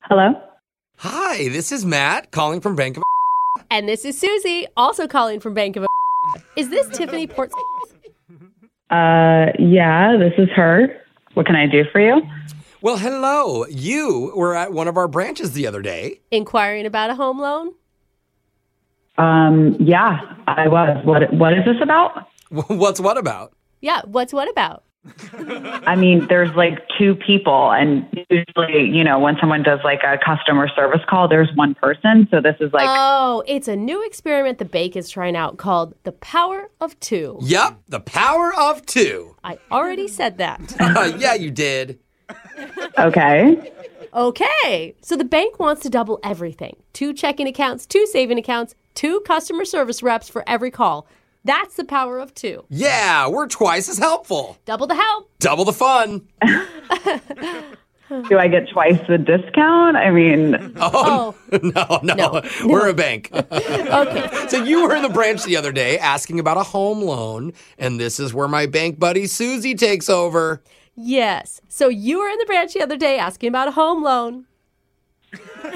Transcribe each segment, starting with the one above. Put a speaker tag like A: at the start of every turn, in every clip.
A: Hello?
B: Hi, this is Matt calling from Bank of.
C: And this is Susie, also calling from Bank of Is this Tiffany Ports?
A: Uh, yeah, this is her. What can I do for you?
B: Well, hello. You were at one of our branches the other day.
C: inquiring about a home loan?
A: Um, yeah, I was. What What is this about?
B: What's what about?
C: Yeah, what's what about?
A: I mean, there's like two people, and usually, you know, when someone does like a customer service call, there's one person. So this is like,
C: Oh, it's a new experiment the Bake is trying out called the power of two.
B: Yep, the power of two.
C: I already said that.
B: yeah, you did.
A: okay,
C: Okay, so the bank wants to double everything two checking accounts, two saving accounts, two customer service reps for every call. That's the power of two.
B: Yeah, we're twice as helpful.
C: Double the help.
B: Double the fun.
A: do I get twice the discount? I mean,
C: Oh,
B: No, no, we're a bank.
C: okay.
B: so you were in the branch the other day asking about a home loan, and this is where my bank buddy Susie takes over.
C: Yes. So you were in the branch the other day asking about a home loan.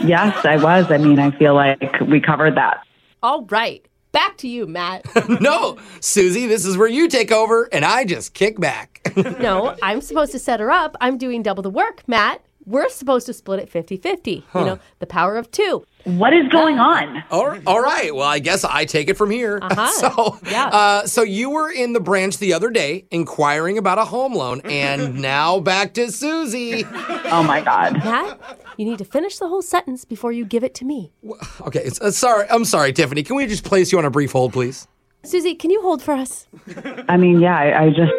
A: yes, I was. I mean, I feel like we covered that.
C: All right. Back to you, Matt.
B: No, Susie, this is where you take over, and I just kick back.
C: No, I'm supposed to set her up. I'm doing double the work, Matt. We're supposed to split it 50 50. You know, the power of two.
A: What is going on?
B: All right, all right. Well, I guess I take it from here.
C: Mm-hmm. Uh-huh.
B: So,
C: Yeah.
B: uh, so you were in the branch the other day inquiring about a home loan, and now back to Susie.
A: Oh my God.
C: Matt, you need to finish the whole sentence before you give it to me.
B: Okay, it's, uh, sorry. I'm sorry, Tiffany. Can we just place you on a brief hold, please?
C: Susie, can you hold for us?
A: I mean, yeah, I, I just.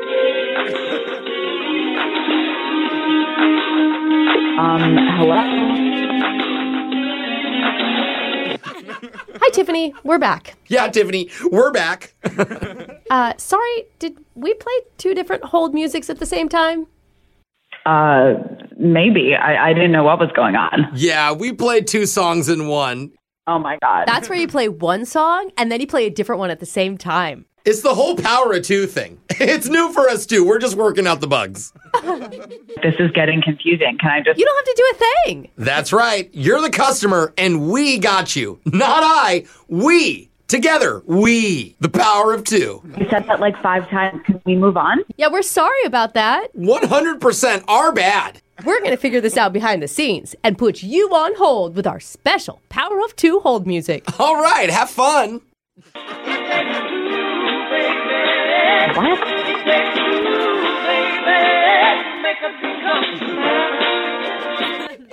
A: Um, hello?
C: Hi, Tiffany. We're back.
B: Yeah, Tiffany, we're back.
C: Uh, sorry, did we play two different hold musics at the same time?
A: Uh, maybe. I, I didn't know what was going on.
B: yeah, we played two songs in one.
A: Oh my God.
C: That's where you play one song and then you play a different one at the same time.
B: It's the whole power of two thing. It's new for us too. We're just working out the bugs.
A: this is getting confusing. Can I just.
C: You don't have to do a thing.
B: That's right. You're the customer, and we got you. Not I. We. Together, we. The power of two.
A: You said that like five times. Can we move on?
C: Yeah, we're sorry about that.
B: 100% are bad.
C: We're going to figure this out behind the scenes and put you on hold with our special Power of Two hold music.
B: All right, have fun.
A: What?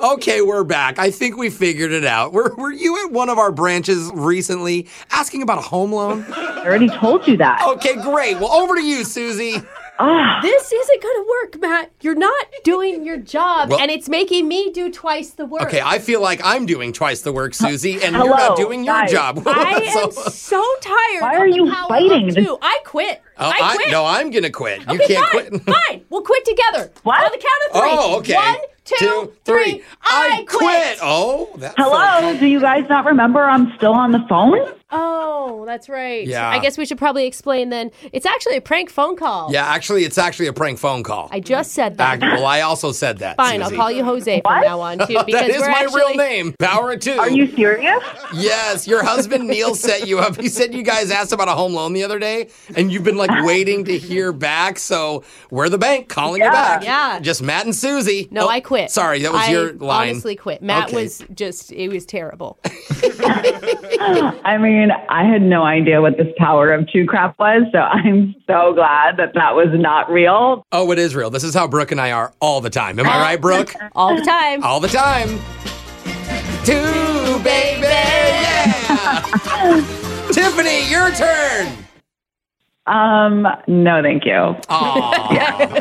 B: Okay, we're back. I think we figured it out. Were, were you at one of our branches recently asking about a home loan?
A: I already told you
C: Oh,
A: that.
B: Okay, great. Well, over to you, Susie.
C: This isn't going to work, Matt. You're not doing your job,
B: Well-
C: and it's making me do twice the work.
B: Okay, I feel like I'm doing twice the work, Susie, and you're
A: Hello,
B: not doing your
A: guys.
B: job.
C: I
B: So-
C: am so tired.
A: Why
C: of
A: are
C: the
A: you
C: power of
A: fighting? This-
C: two. I quit.
B: Oh,
C: I quit.
B: no, I'm gonna quit. you
C: okay,
B: can't
C: fine,
B: quit.
C: fine. We'll quit together.
A: What?
C: On the count of three.
B: Oh, okay.
C: One, two, three. I quit.
B: Oh, that's
A: Hello? Do you guys not remember I'm still on the phone?
C: Oh, that's right.
B: Yeah.
C: I guess we should probably explain then. It's actually a prank phone call.
B: Yeah, actually, it's actually a prank phone call.
C: I just said that.
B: Act- well, I also said that.
C: Fine, I'll
B: Susie.
C: call you Jose from
A: What?
C: now on too. Because
B: that is
C: we're
B: my
C: actually,
B: real name. Power two.
A: Are you serious?
B: Yes, your husband Neil set you up. He said you guys asked about a home loan the other day, and you've been like waiting to hear back. So we're the bank calling you back.
C: yeah.
B: Just Matt and Susie.
C: No,
B: Oh,
C: I quit.
B: Sorry, that was
C: I
B: your line.
C: Honestly, quit. Matt
B: Okay.
C: was just it was terrible.
A: I mean, I had no idea what this power of two crap was, so I'm so glad that that was not real.
B: Oh, it is real. This is how Brooke and I are all the time. Am I right, Brooke?
C: All the time.
B: all the time. Two, baby. Yeah. Tiffany, your turn.
A: Um, no, thank you.
B: Aw.